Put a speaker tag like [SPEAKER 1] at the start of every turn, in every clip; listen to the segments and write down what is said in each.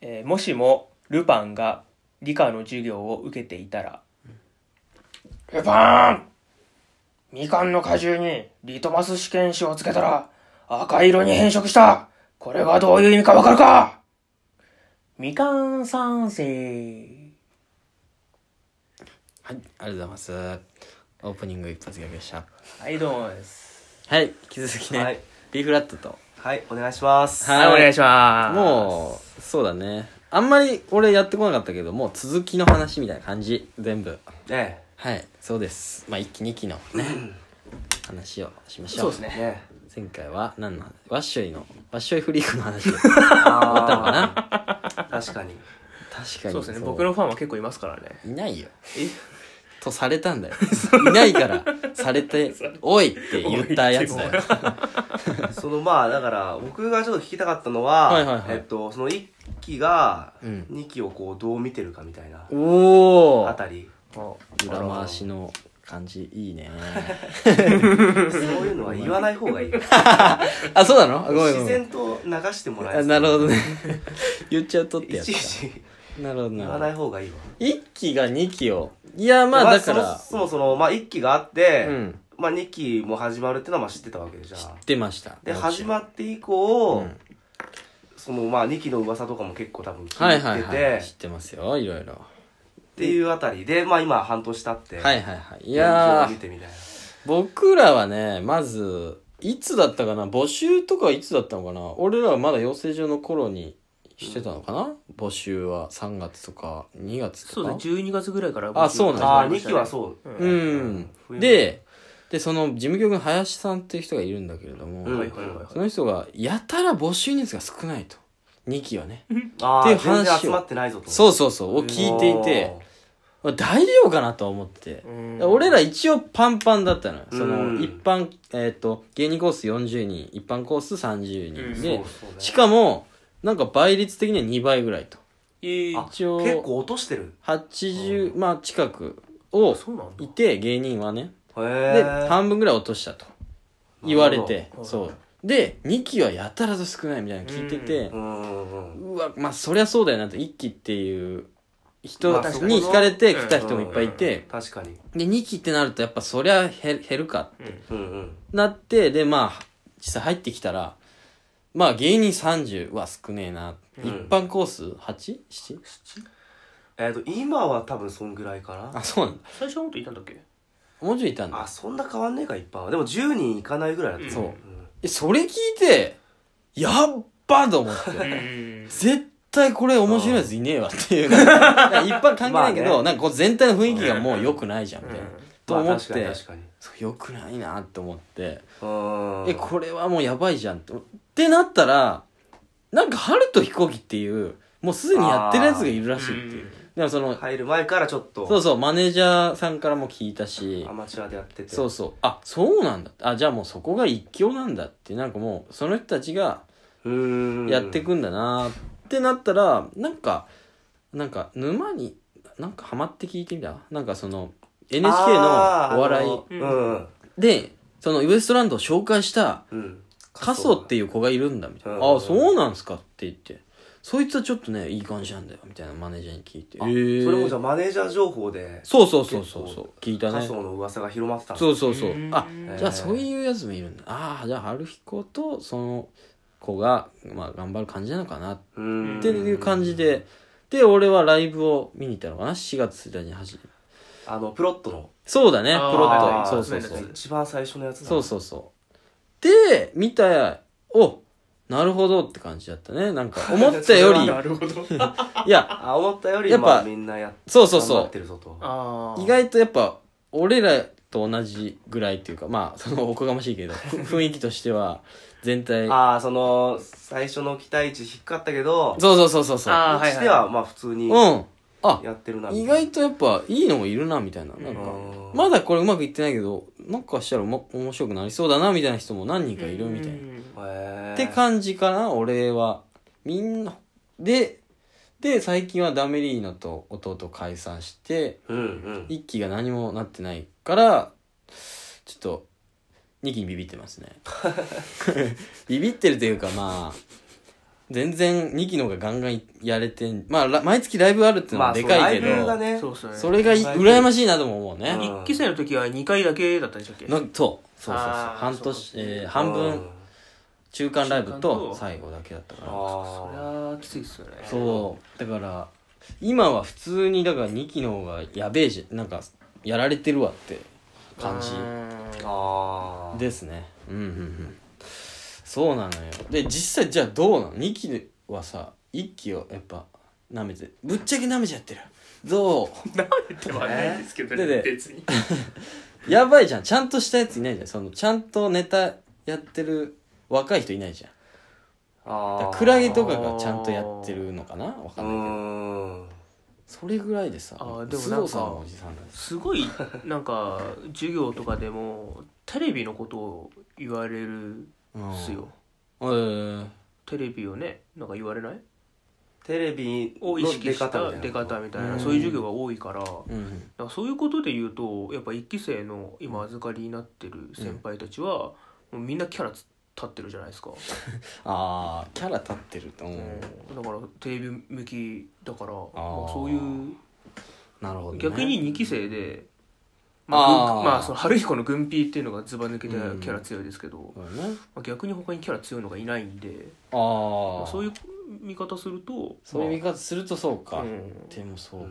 [SPEAKER 1] えーもしもルパンが理科の授業を受けていたら
[SPEAKER 2] ルパンみかんの果汁にリトマス試験紙をつけたら赤色に変色したこれがどういう意味かわかるか
[SPEAKER 1] みかん三世
[SPEAKER 3] はい、ありがとうございます。オープニング一発ギャグでした。
[SPEAKER 1] はいどうもです
[SPEAKER 3] はい、引き続きね、
[SPEAKER 4] はい
[SPEAKER 3] B フラットと。
[SPEAKER 4] はい、お願いします。
[SPEAKER 1] はい、お願いします
[SPEAKER 3] もう、そうだね。あんまり俺やってこなかったけど、もう続きの話みたいな感じ、全部。
[SPEAKER 4] ね
[SPEAKER 3] はい、そうです。まあ、一期二期のね、話をしましょう。
[SPEAKER 1] そうですね
[SPEAKER 4] え、ね
[SPEAKER 3] 前回は何の話ワッショイの、ワッショイフリークの話を
[SPEAKER 4] え。
[SPEAKER 3] あったのか
[SPEAKER 4] あ
[SPEAKER 3] な
[SPEAKER 4] あ、確かに。
[SPEAKER 3] 確か
[SPEAKER 1] そ
[SPEAKER 3] に。
[SPEAKER 1] うですね僕の。ファンは結構いますからね
[SPEAKER 3] いないよ。
[SPEAKER 1] え
[SPEAKER 3] とされた んだよ。いないから、され て、おいって言ったやつだよ。
[SPEAKER 4] そのまあ、だから、僕がちょっと聞きたかったの
[SPEAKER 3] はいはいは
[SPEAKER 4] は、
[SPEAKER 3] い
[SPEAKER 4] えっと、その1期が、
[SPEAKER 3] うん
[SPEAKER 4] 2期をこう、どう見てるかみたいな、
[SPEAKER 3] お
[SPEAKER 4] あ
[SPEAKER 3] ー
[SPEAKER 4] たり。
[SPEAKER 3] 裏回しの感じいい ね
[SPEAKER 4] そういうのは言わない方 がいい。
[SPEAKER 3] あそうなの あごめんご
[SPEAKER 4] 自
[SPEAKER 3] めん
[SPEAKER 4] 然と流してもらえ
[SPEAKER 3] あなるほどね 言っちゃうとって
[SPEAKER 4] い
[SPEAKER 3] やつ
[SPEAKER 4] ちい
[SPEAKER 3] か
[SPEAKER 4] ち
[SPEAKER 3] なるほど
[SPEAKER 4] 言わな
[SPEAKER 3] ない
[SPEAKER 4] 方がいいわ。
[SPEAKER 3] 一期が二期をいやまあだか
[SPEAKER 4] まあ
[SPEAKER 3] ら
[SPEAKER 4] そもそもその、まあ、1期があって、
[SPEAKER 3] うん
[SPEAKER 4] まあ、2期も始まるってのはまあ知ってたわけじゃん。
[SPEAKER 3] 出ました
[SPEAKER 4] で、始
[SPEAKER 3] っ
[SPEAKER 4] まって以
[SPEAKER 3] う
[SPEAKER 4] 降、
[SPEAKER 3] ん
[SPEAKER 4] その、まあ、2期の噂とかも結構多分
[SPEAKER 3] はい
[SPEAKER 4] 聞
[SPEAKER 3] はい
[SPEAKER 4] いてて、
[SPEAKER 3] はい知ってますよいろいろ
[SPEAKER 4] っていうあたりで、まあ今半年経って、
[SPEAKER 3] はいはいはいい
[SPEAKER 4] 現状
[SPEAKER 3] や
[SPEAKER 4] を見
[SPEAKER 3] ー
[SPEAKER 4] てみたいな。
[SPEAKER 3] 僕らはねまずいつだったかな募集とかはいつだったのかな俺らはまだ養成所の頃にしてたのかな、募集は3月とか2月とか
[SPEAKER 1] そうですね12月ぐらいから
[SPEAKER 3] あそうなんだ
[SPEAKER 4] ああー、2期はそう。
[SPEAKER 1] う
[SPEAKER 3] うんん
[SPEAKER 4] う。ん
[SPEAKER 3] で、で、その事務局の林さんっていう人がいるんだけれども、
[SPEAKER 4] うん
[SPEAKER 1] はいはいはい
[SPEAKER 3] その人が、やたら募集人数が少ないと。2期はね。
[SPEAKER 4] ああ、
[SPEAKER 3] っていう話を
[SPEAKER 4] 全然集まってないぞと。
[SPEAKER 3] そううそうそう、を聞いていて、。まあ大丈夫かなとは思って
[SPEAKER 1] う。ん
[SPEAKER 3] 俺ら一応パンパンだったのよ。その、
[SPEAKER 4] うん
[SPEAKER 3] 一般、えっ、と、芸人コース40人、一般コース30
[SPEAKER 1] う
[SPEAKER 3] 人
[SPEAKER 1] ん
[SPEAKER 3] で、
[SPEAKER 4] そうそうね
[SPEAKER 3] しかも、なんか倍率的には2倍ぐらいと。
[SPEAKER 1] えー
[SPEAKER 4] あ
[SPEAKER 3] 一応
[SPEAKER 4] 結構落としてる。
[SPEAKER 3] 80、まあ近くを
[SPEAKER 1] そうなんだ
[SPEAKER 3] いて、芸人はね。
[SPEAKER 4] へ
[SPEAKER 3] で
[SPEAKER 4] え。
[SPEAKER 3] 半分ぐらい落としたと言われ
[SPEAKER 4] な
[SPEAKER 3] て
[SPEAKER 1] ほど
[SPEAKER 3] そうで2期はやたらと少ないみたいなの聞いてて
[SPEAKER 4] うんうんうん。
[SPEAKER 3] うわまあそりゃそうだよなと1期っていう人
[SPEAKER 4] まあそこの
[SPEAKER 3] に惹かれて来た人もいっぱいいて
[SPEAKER 4] 確かに。
[SPEAKER 3] で2期ってなるとやっぱそりゃ減減るか
[SPEAKER 1] うん
[SPEAKER 4] うんうん。
[SPEAKER 3] なってでまあ実際入ってきたらまあ芸人30は少ねえな
[SPEAKER 4] うん
[SPEAKER 3] 一般コース 8?7?
[SPEAKER 4] えっと、今は多分そんぐらいかな。
[SPEAKER 3] あそうなんだ
[SPEAKER 1] 最初のこといたんだっけ
[SPEAKER 3] もうちょいいたんだ
[SPEAKER 4] あ、そんな変わんねえか、一般は。でも10人いかないぐらいだった。
[SPEAKER 3] そうんえそれ聞いてやっばと思って
[SPEAKER 1] うん。
[SPEAKER 3] 絶対これ面白いやついねえわっていう。なんか一般関係ないけど、
[SPEAKER 4] まあね
[SPEAKER 3] なんかこう全体の雰囲気がもう良くないじゃんみたいな。と
[SPEAKER 4] ま
[SPEAKER 3] 思
[SPEAKER 4] あ
[SPEAKER 3] っ
[SPEAKER 4] 確かに
[SPEAKER 3] て、
[SPEAKER 4] 確かに。
[SPEAKER 3] そう良くないなって思って、
[SPEAKER 4] うん。
[SPEAKER 3] え、これはもうやばいじゃんって。ってなったら、なんか春と飛行機っていう、もうすでにやってるやつがいるらしいっていううんでもその、
[SPEAKER 4] 入る前からちょっと、
[SPEAKER 3] そうそう、マネージャーさんからも聞いたし
[SPEAKER 4] ア、マチュアでやってて。
[SPEAKER 3] そうそう、あ、そうなんだ。あ、じゃあもうそこが一強なんだって、なんかもうその人たちが、
[SPEAKER 4] うん。
[SPEAKER 3] やってくんだなーってなったらなんかなんか沼になんかハマって聞いてみたなんかその NHK のお笑い
[SPEAKER 4] あーあの
[SPEAKER 3] でそのウエストランドを紹介した
[SPEAKER 4] うんうん
[SPEAKER 3] カソっていう子がいるんだみたいな「
[SPEAKER 4] うん
[SPEAKER 3] ああそうなんすか」って言って「そいつはちょっとねいい感じなんだよ」みたいなマネージャーに聞いて「えー
[SPEAKER 4] それもじゃあマネージャー情報で
[SPEAKER 3] そうそうそうそうそう聞いた
[SPEAKER 4] カ
[SPEAKER 3] ね
[SPEAKER 4] ソの噂が広まってたの
[SPEAKER 3] そうそうそう
[SPEAKER 1] うーん
[SPEAKER 3] あじゃあ
[SPEAKER 4] えー
[SPEAKER 3] そういうやつもいるんだああじゃあ春彦とその子が、まあ、頑張る感じなのかな
[SPEAKER 4] う
[SPEAKER 3] っ
[SPEAKER 4] ん
[SPEAKER 3] ていう感じで、で、俺はライブを見に行ったのかな ?4 月1日に走る。
[SPEAKER 4] あのプロットの
[SPEAKER 3] そうだね、プ
[SPEAKER 1] あー
[SPEAKER 3] ロッ
[SPEAKER 4] あ
[SPEAKER 3] ト。
[SPEAKER 4] ー
[SPEAKER 3] そうそうそ
[SPEAKER 1] そう
[SPEAKER 3] う。
[SPEAKER 4] 一番最初のやつだ
[SPEAKER 3] そうそうそう。で、見たや、おなるほどって感じだったね。なんか、思ったよ り、
[SPEAKER 1] なるほど
[SPEAKER 3] いや、
[SPEAKER 4] あ思ったより
[SPEAKER 3] やっぱ
[SPEAKER 4] まあみんなやっ
[SPEAKER 3] そうそうそ
[SPEAKER 4] 頑張っ
[SPEAKER 3] う
[SPEAKER 4] て。るぞと
[SPEAKER 1] あー
[SPEAKER 3] 意外とやっぱ、俺らと同じぐらいっていうか、まあ、 その、おこがましいけど、ふ 雰囲気としては、全体、
[SPEAKER 4] ああその最初の期待値低かったけど
[SPEAKER 3] そうそうそうそうそう。
[SPEAKER 1] あー
[SPEAKER 4] う
[SPEAKER 1] はいはい
[SPEAKER 4] ちではまあ普通に
[SPEAKER 3] うん。あ、
[SPEAKER 4] やってるな
[SPEAKER 3] 意
[SPEAKER 4] みたい
[SPEAKER 3] 外とやっぱいいのもいるなみたいななんか
[SPEAKER 4] うん
[SPEAKER 3] まだこれうまくいってないけどなんかしたらも面白くなりそうだなみたいな人も何人かいるみたいなっ
[SPEAKER 1] うん
[SPEAKER 4] なへー
[SPEAKER 3] て感じかな俺はみんなでで最近はダメリーノと弟解散して
[SPEAKER 4] うんうん
[SPEAKER 3] 一期が何もなってないからちょっと 二期にビビってますねビビってるというかまあ全然2期の方がガンガンやれてんまあら毎月ライブあるっての
[SPEAKER 4] ま
[SPEAKER 3] は
[SPEAKER 4] あ、
[SPEAKER 3] でかいけ
[SPEAKER 4] そうライブが
[SPEAKER 3] ど
[SPEAKER 4] ね、
[SPEAKER 1] そうそう
[SPEAKER 3] それがい羨ましいなとも思うね
[SPEAKER 4] うん
[SPEAKER 1] 一期生の時は2回だけだったでしたっけ
[SPEAKER 3] のそうそうそうそう
[SPEAKER 1] あー
[SPEAKER 3] 半年
[SPEAKER 1] そう
[SPEAKER 3] えー半
[SPEAKER 4] うん
[SPEAKER 3] 分中間ライブ
[SPEAKER 1] 中間
[SPEAKER 3] と
[SPEAKER 1] と
[SPEAKER 3] 最後だけだったから
[SPEAKER 1] それ
[SPEAKER 4] あ
[SPEAKER 1] はきついっすよね
[SPEAKER 3] そうだから今は普通にだから2期の方がやべえじゃなんかやられてるわって感じ
[SPEAKER 4] ーあー
[SPEAKER 3] ですねうんうんうんそうなのよで実際じゃあどうなの2期はさ1期をやっぱ舐めてぶっちゃけ舐めちゃってるど
[SPEAKER 1] ではないんですけど
[SPEAKER 3] でで
[SPEAKER 1] ね別に
[SPEAKER 3] うやばいじゃんちゃんとしたやついないじゃんそのちゃんとネタやってる若い人いないじゃんだから
[SPEAKER 4] あー
[SPEAKER 3] クラゲとかがちゃんとやってるのかなわか
[SPEAKER 4] う
[SPEAKER 3] ないけど
[SPEAKER 4] んーん
[SPEAKER 3] それぐらいでさ
[SPEAKER 1] あー
[SPEAKER 3] もう
[SPEAKER 1] でも
[SPEAKER 3] 須
[SPEAKER 1] なんか
[SPEAKER 3] 藤さんはおじさんだし
[SPEAKER 1] すごいなんか授業とかでもテレビのことを言われる
[SPEAKER 3] うん
[SPEAKER 1] っすよ
[SPEAKER 3] えー
[SPEAKER 1] テレビをねなんか言われない
[SPEAKER 4] テレビ
[SPEAKER 1] を意
[SPEAKER 4] の
[SPEAKER 1] 識
[SPEAKER 4] 出
[SPEAKER 1] し
[SPEAKER 4] 方み
[SPEAKER 1] た
[SPEAKER 4] たいな
[SPEAKER 1] 出方みたい
[SPEAKER 3] うん
[SPEAKER 1] なそういう授業が多いからだか
[SPEAKER 3] うん
[SPEAKER 1] らそういうことで言うとやっぱ一期生の今預かりになってる先輩たちはもうみんなキャラつ立ってるじゃないですか、
[SPEAKER 3] ああキャラ立ってると思う、
[SPEAKER 1] だからテレビ向きだから
[SPEAKER 3] ー
[SPEAKER 1] まあ、そういう
[SPEAKER 3] なるほど、ね、
[SPEAKER 1] 逆に2期生で、ま
[SPEAKER 3] あ
[SPEAKER 1] あ
[SPEAKER 3] ー
[SPEAKER 1] 軍まあその春彦の軍ピーっていうのがずば抜けてキャラ強いですけど、
[SPEAKER 3] そうだね
[SPEAKER 1] まあ、逆に他にキャラ強いのがいないんで
[SPEAKER 3] あ
[SPEAKER 1] ま
[SPEAKER 3] あ
[SPEAKER 1] あ、そういうう見方すると
[SPEAKER 3] そういう見方するとそうか、
[SPEAKER 1] まあうん
[SPEAKER 3] でもそうか
[SPEAKER 4] う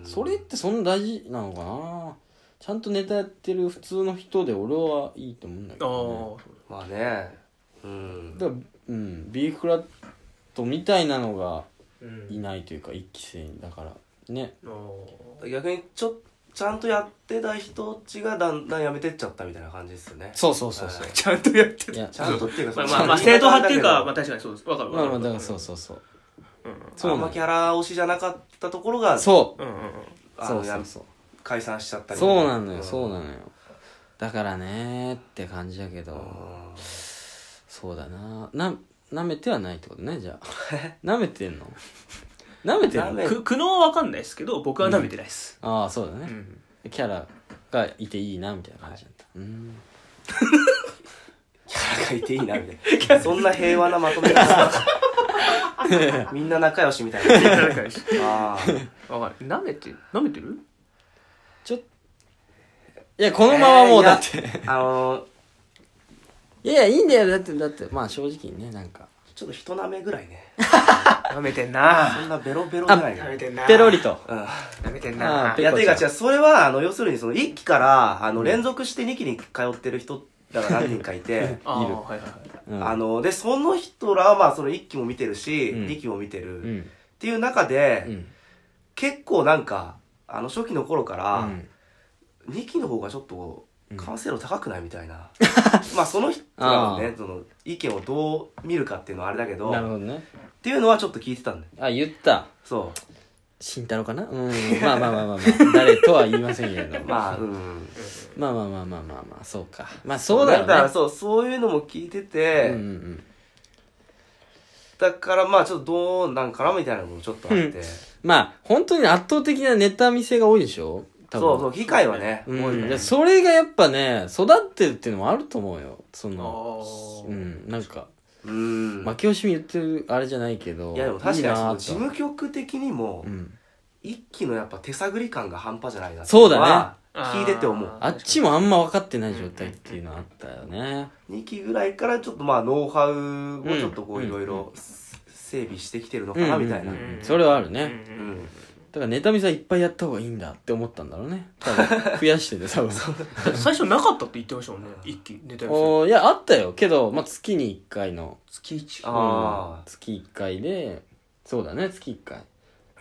[SPEAKER 4] ん
[SPEAKER 3] それってそんな大事なのかなちゃんとネタやってる普通の人で俺はいいと思うんだけ
[SPEAKER 1] ああ
[SPEAKER 3] ど、
[SPEAKER 4] まあねうん
[SPEAKER 3] ね、だからうんビーフラットみたいなのが
[SPEAKER 1] う
[SPEAKER 3] い
[SPEAKER 1] ん
[SPEAKER 3] ないというか一期生だからね
[SPEAKER 1] あ
[SPEAKER 4] 逆にちょちゃんとやってた人たちがだんだんやめてっちゃったみたいな感じですよね
[SPEAKER 3] そうそうそうそううん
[SPEAKER 1] ちゃんとやって
[SPEAKER 3] いや
[SPEAKER 4] ちゃんとっていう
[SPEAKER 1] ま
[SPEAKER 4] か
[SPEAKER 1] あ
[SPEAKER 4] その
[SPEAKER 1] まあ、まあ、正統派っていうか、まあ、確かにそうですわかる
[SPEAKER 3] まあ
[SPEAKER 1] わ
[SPEAKER 3] ま
[SPEAKER 1] か
[SPEAKER 3] あ
[SPEAKER 1] る
[SPEAKER 3] だからそうそうそう
[SPEAKER 1] うん
[SPEAKER 3] そう
[SPEAKER 4] あん
[SPEAKER 3] な
[SPEAKER 4] ま
[SPEAKER 3] の
[SPEAKER 4] キャラ推しじゃなかったところが
[SPEAKER 3] そ
[SPEAKER 1] うんうんうん
[SPEAKER 3] う
[SPEAKER 4] あ
[SPEAKER 3] そ
[SPEAKER 4] の
[SPEAKER 3] う
[SPEAKER 4] や
[SPEAKER 3] そうそう
[SPEAKER 4] 解散しちゃったり
[SPEAKER 3] そうなのよ、
[SPEAKER 4] ん
[SPEAKER 3] そうなのよだからねーって感じだけど、
[SPEAKER 4] うん
[SPEAKER 3] そうだなな舐めてはないってことねじゃあ舐めてんの舐めて
[SPEAKER 4] 舐
[SPEAKER 3] る
[SPEAKER 4] め
[SPEAKER 3] の
[SPEAKER 1] く苦悩はわかんないですけど僕は舐めてないです、
[SPEAKER 3] ああそうだ
[SPEAKER 1] う
[SPEAKER 3] ね、
[SPEAKER 1] ん
[SPEAKER 3] キャラがいていいなみたいな感じなんだ、うーん
[SPEAKER 4] キャラがいていいなみたいなそんな平和なまとめ方みんな仲良しみたいな
[SPEAKER 1] 誰かにし
[SPEAKER 4] あー
[SPEAKER 1] わかる舐めて舐めてる
[SPEAKER 3] ちょっいやこのままもう
[SPEAKER 4] えーいや
[SPEAKER 3] だって、
[SPEAKER 4] あのー
[SPEAKER 3] いやいやいいんだよだってだってまあ正直にねなんか
[SPEAKER 4] ちょっと人舐めぐらいね
[SPEAKER 1] 舐めてんな
[SPEAKER 4] そんなベロベロじゃない
[SPEAKER 1] 舐
[SPEAKER 4] な
[SPEAKER 1] めてんな
[SPEAKER 3] ペロリと
[SPEAKER 4] うん
[SPEAKER 1] 舐めてん
[SPEAKER 3] あ
[SPEAKER 1] な、
[SPEAKER 3] ー
[SPEAKER 4] い
[SPEAKER 3] ペ
[SPEAKER 4] や、ていうか違う、それは、あの、要するに、その、1期から、あの、連続して2期に通ってる人らが何人かいて
[SPEAKER 1] あー
[SPEAKER 3] いる
[SPEAKER 1] はいはいはい
[SPEAKER 3] うん
[SPEAKER 4] あの、で、その人らは、まあ、その1期も見てるし、
[SPEAKER 3] うん
[SPEAKER 4] 2期も見てる、
[SPEAKER 3] う
[SPEAKER 4] っ
[SPEAKER 3] ん
[SPEAKER 4] ていう中
[SPEAKER 3] う
[SPEAKER 4] で、
[SPEAKER 3] ん
[SPEAKER 4] 結構なんか、あの、初期の頃か
[SPEAKER 3] う
[SPEAKER 4] ら、
[SPEAKER 3] ん
[SPEAKER 4] 2期の方がちょっと
[SPEAKER 3] うん、
[SPEAKER 4] 完成度高くないみたい な。まあ、その人らのね、その、意見をどう見るかっていうのはあれだけど、
[SPEAKER 3] なる
[SPEAKER 4] っ
[SPEAKER 3] ほどね
[SPEAKER 4] ていうのはちょっと聞いてたんだよ。
[SPEAKER 3] あ言った
[SPEAKER 4] そ
[SPEAKER 3] 慎太郎かなうんまあまあまあまあ、まあ、誰とは言いませんけれど
[SPEAKER 4] う。まあ、うん。
[SPEAKER 3] まあまあまあまあまあまあそうかまあそうだよね
[SPEAKER 4] から、そう、そういうのも聞いてて、
[SPEAKER 3] うんうん
[SPEAKER 4] だからまあちょっとどうなんかなみたいなのもちょっとあって、
[SPEAKER 3] うんまあ本当に圧倒的なネタ見せが多いでしょ多分
[SPEAKER 4] そうそう機会はね、
[SPEAKER 3] うん
[SPEAKER 4] 多いよ
[SPEAKER 3] いや
[SPEAKER 4] ね
[SPEAKER 3] それがやっぱね育ってるっていうのもあると思うよその
[SPEAKER 1] あー
[SPEAKER 3] うんなんか
[SPEAKER 4] うん、
[SPEAKER 3] 負け惜しみ言ってるあれじゃないけど
[SPEAKER 4] いやでも確かにそ
[SPEAKER 3] な
[SPEAKER 4] の
[SPEAKER 3] ぁ
[SPEAKER 4] 事
[SPEAKER 3] と
[SPEAKER 4] 務局的にも
[SPEAKER 3] うん
[SPEAKER 4] 一期のやっぱ手探り感が半端じゃないな
[SPEAKER 3] そうだね
[SPEAKER 4] ね聞いてて思う
[SPEAKER 1] あ
[SPEAKER 3] あっちもあんま分かってない状態っていうのあったよね
[SPEAKER 4] 2期ぐらいからちょっとまあノウハウをちょっとこ
[SPEAKER 3] う
[SPEAKER 4] うんいろいろ整備してきてるのかなみたいな
[SPEAKER 3] うん
[SPEAKER 4] う
[SPEAKER 3] うん
[SPEAKER 4] ん
[SPEAKER 3] うんそれはあるね、
[SPEAKER 1] うんうん
[SPEAKER 3] だからネタ見せはいっぱいやった方がいいんだって思ったんだろうね多分増やしてて多分
[SPEAKER 1] だって最初なかったって言ってましたもんね一気にネタやる
[SPEAKER 3] おーいやあったよけど、まあ、月に1回の
[SPEAKER 1] 月一
[SPEAKER 4] あー
[SPEAKER 3] うん月1回でそうだね月1回で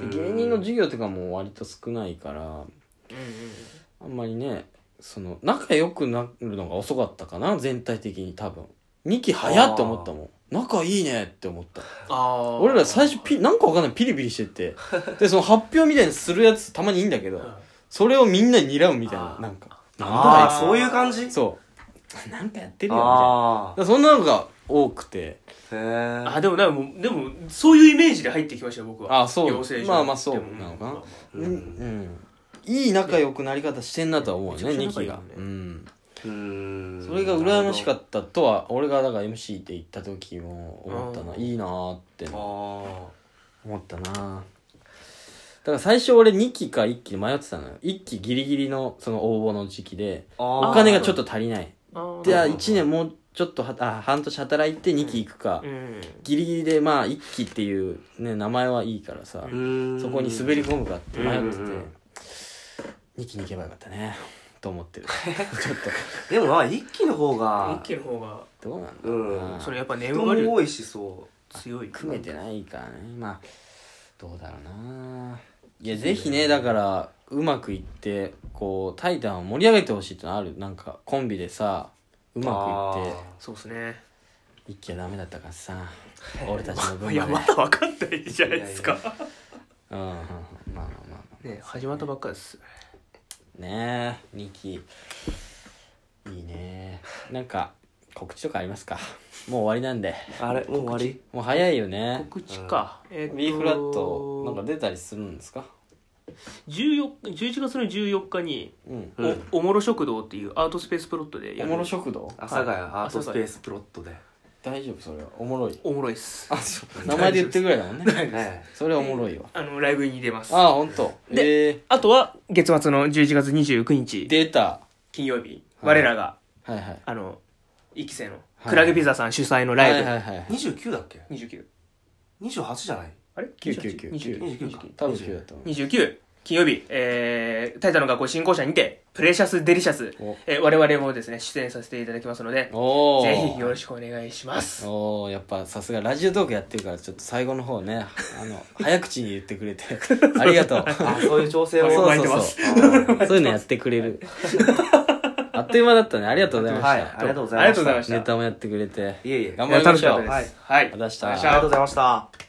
[SPEAKER 4] うん
[SPEAKER 3] 芸人の授業とかも割と少ないから
[SPEAKER 1] うんうんうん
[SPEAKER 3] あんまりねその仲良くなるのが遅かったかな全体的に多分2期早って思ったもん仲いいねって思った
[SPEAKER 1] ああ
[SPEAKER 3] 俺ら最初ピなんかわかんないピリピリしててでその発表みたいにするやつたまにいいんだけどそれをみんなに睨むみたいな
[SPEAKER 1] あー
[SPEAKER 3] なんかなんだ
[SPEAKER 4] あ
[SPEAKER 3] あ
[SPEAKER 4] あそういう感じ
[SPEAKER 3] いつそうなんかやってるよみたいな
[SPEAKER 4] あ
[SPEAKER 3] だからそんなのが多くて
[SPEAKER 4] あへ
[SPEAKER 1] あでもなんかもうでもそういうイメージで入ってきましたよ僕は
[SPEAKER 3] あそう
[SPEAKER 1] 養成所
[SPEAKER 3] まあまあそう
[SPEAKER 1] でも
[SPEAKER 3] なのかな
[SPEAKER 1] まあまあ
[SPEAKER 3] うん、
[SPEAKER 4] う
[SPEAKER 3] うんんいい仲良くなり方してんなとは思うよね
[SPEAKER 1] めちゃ
[SPEAKER 3] ニ
[SPEAKER 1] くちゃ
[SPEAKER 3] キ
[SPEAKER 1] 仲いい
[SPEAKER 3] が
[SPEAKER 1] もんね
[SPEAKER 3] うん
[SPEAKER 4] うん
[SPEAKER 3] それが羨ましか
[SPEAKER 4] っ
[SPEAKER 3] ったとは俺がだから MC で行った時も思ったな、
[SPEAKER 1] うん
[SPEAKER 3] いいなーって
[SPEAKER 4] あー
[SPEAKER 3] 思ったなだから最初俺2期か1期で迷ってたのよ1期ギリギリのその応募の時期で
[SPEAKER 4] あー
[SPEAKER 3] お金がちょっと足りない
[SPEAKER 1] あ
[SPEAKER 3] じゃあ
[SPEAKER 1] ー
[SPEAKER 3] 1年もうちょっとはあ半年働いて2期行くか、
[SPEAKER 1] うん
[SPEAKER 3] ギリギリでまあ1期っていう、ね、名前はいいからさ、
[SPEAKER 4] うん
[SPEAKER 3] そこに滑り込むかって迷ってて、
[SPEAKER 4] うんうんうん
[SPEAKER 3] 2期に行けばよかったねと思ってるちょっ
[SPEAKER 4] でもまあ一気の方が
[SPEAKER 1] 一気の方が
[SPEAKER 3] とどうなんだ
[SPEAKER 4] う
[SPEAKER 3] ろうんな
[SPEAKER 1] そのやっぱネー
[SPEAKER 4] 人
[SPEAKER 1] ムバリュ
[SPEAKER 4] も
[SPEAKER 1] ー
[SPEAKER 4] 多いしそう
[SPEAKER 1] 強い
[SPEAKER 3] 組めてないからねまあどうだろうないやぜひねだからうまくいってこう「タイタン」を盛り上げてほしいってのあるなんかコンビでさうまくいって
[SPEAKER 1] そうですね
[SPEAKER 3] 一気はダメだったからさ俺たちの分ま
[SPEAKER 1] い
[SPEAKER 3] で
[SPEAKER 1] やまだ分かんないじゃないですか
[SPEAKER 4] いやい
[SPEAKER 3] うんうんうんまあまあまあ
[SPEAKER 1] ね始まったばっかです
[SPEAKER 3] ねえ2期いいねなんか告知とかありますかもう終わりなんで
[SPEAKER 4] あれもう終わり
[SPEAKER 3] もう早いよね
[SPEAKER 1] 告知かえっと
[SPEAKER 3] B フラットなんか出たりするんですか
[SPEAKER 1] 14 11月の14日に
[SPEAKER 3] うん
[SPEAKER 4] うん
[SPEAKER 1] おおもろ食堂っていうアートスペースプロットで
[SPEAKER 3] お
[SPEAKER 1] やる
[SPEAKER 3] もろ食堂
[SPEAKER 4] 阿佐ヶ谷アートスペースプロットで
[SPEAKER 3] 大丈夫それはおもろい
[SPEAKER 1] おもろいっす
[SPEAKER 3] あそう名前で言ってるぐらいだもんね
[SPEAKER 4] ね
[SPEAKER 3] それはおもろいわ
[SPEAKER 1] あのライブに出ます
[SPEAKER 3] ああ本当。
[SPEAKER 1] で
[SPEAKER 3] え
[SPEAKER 1] あとは月末の11月29
[SPEAKER 3] ー、
[SPEAKER 1] 日
[SPEAKER 3] 出た
[SPEAKER 1] 金曜日
[SPEAKER 3] は
[SPEAKER 1] 我
[SPEAKER 3] い
[SPEAKER 1] らが
[SPEAKER 3] はいはい
[SPEAKER 1] あの一期生の
[SPEAKER 3] はい
[SPEAKER 1] クラゲピザさん主催の
[SPEAKER 3] は
[SPEAKER 1] ラ
[SPEAKER 3] い
[SPEAKER 1] イ
[SPEAKER 3] はいはい
[SPEAKER 4] 二十九だっけ
[SPEAKER 1] ブ29
[SPEAKER 4] 二十八じゃない
[SPEAKER 1] あれ
[SPEAKER 3] 999
[SPEAKER 4] 29か
[SPEAKER 3] 多分9だと思う
[SPEAKER 1] 29金曜日、えー、タイタンの学校新校舎にて、プレシャスデリシャス
[SPEAKER 3] お、
[SPEAKER 1] えー、我々もですね、出演させていただきますので、
[SPEAKER 3] おお
[SPEAKER 1] ぜひよろしくお願いします。
[SPEAKER 3] おおやっぱさすがラジオトークやってるからちょっと最後の方ねあ の早口に言ってく れてありがとう
[SPEAKER 4] あそういう調整を
[SPEAKER 3] そう
[SPEAKER 1] 巻い
[SPEAKER 3] そう
[SPEAKER 1] て
[SPEAKER 3] そ
[SPEAKER 1] ま
[SPEAKER 3] う
[SPEAKER 1] す
[SPEAKER 3] そういうのやってくれ るあっという間だったねありがとうございま
[SPEAKER 4] はい
[SPEAKER 3] し
[SPEAKER 4] ありがとうご
[SPEAKER 1] あ
[SPEAKER 4] ざ
[SPEAKER 1] り
[SPEAKER 4] い
[SPEAKER 1] が
[SPEAKER 4] ま
[SPEAKER 1] とうございま
[SPEAKER 4] し
[SPEAKER 1] したた
[SPEAKER 3] ネ。タもやってくれて
[SPEAKER 4] たいえいえ
[SPEAKER 3] 頑張りましょう
[SPEAKER 1] いや楽しかったですはい。
[SPEAKER 3] また明日
[SPEAKER 4] ありがとうございました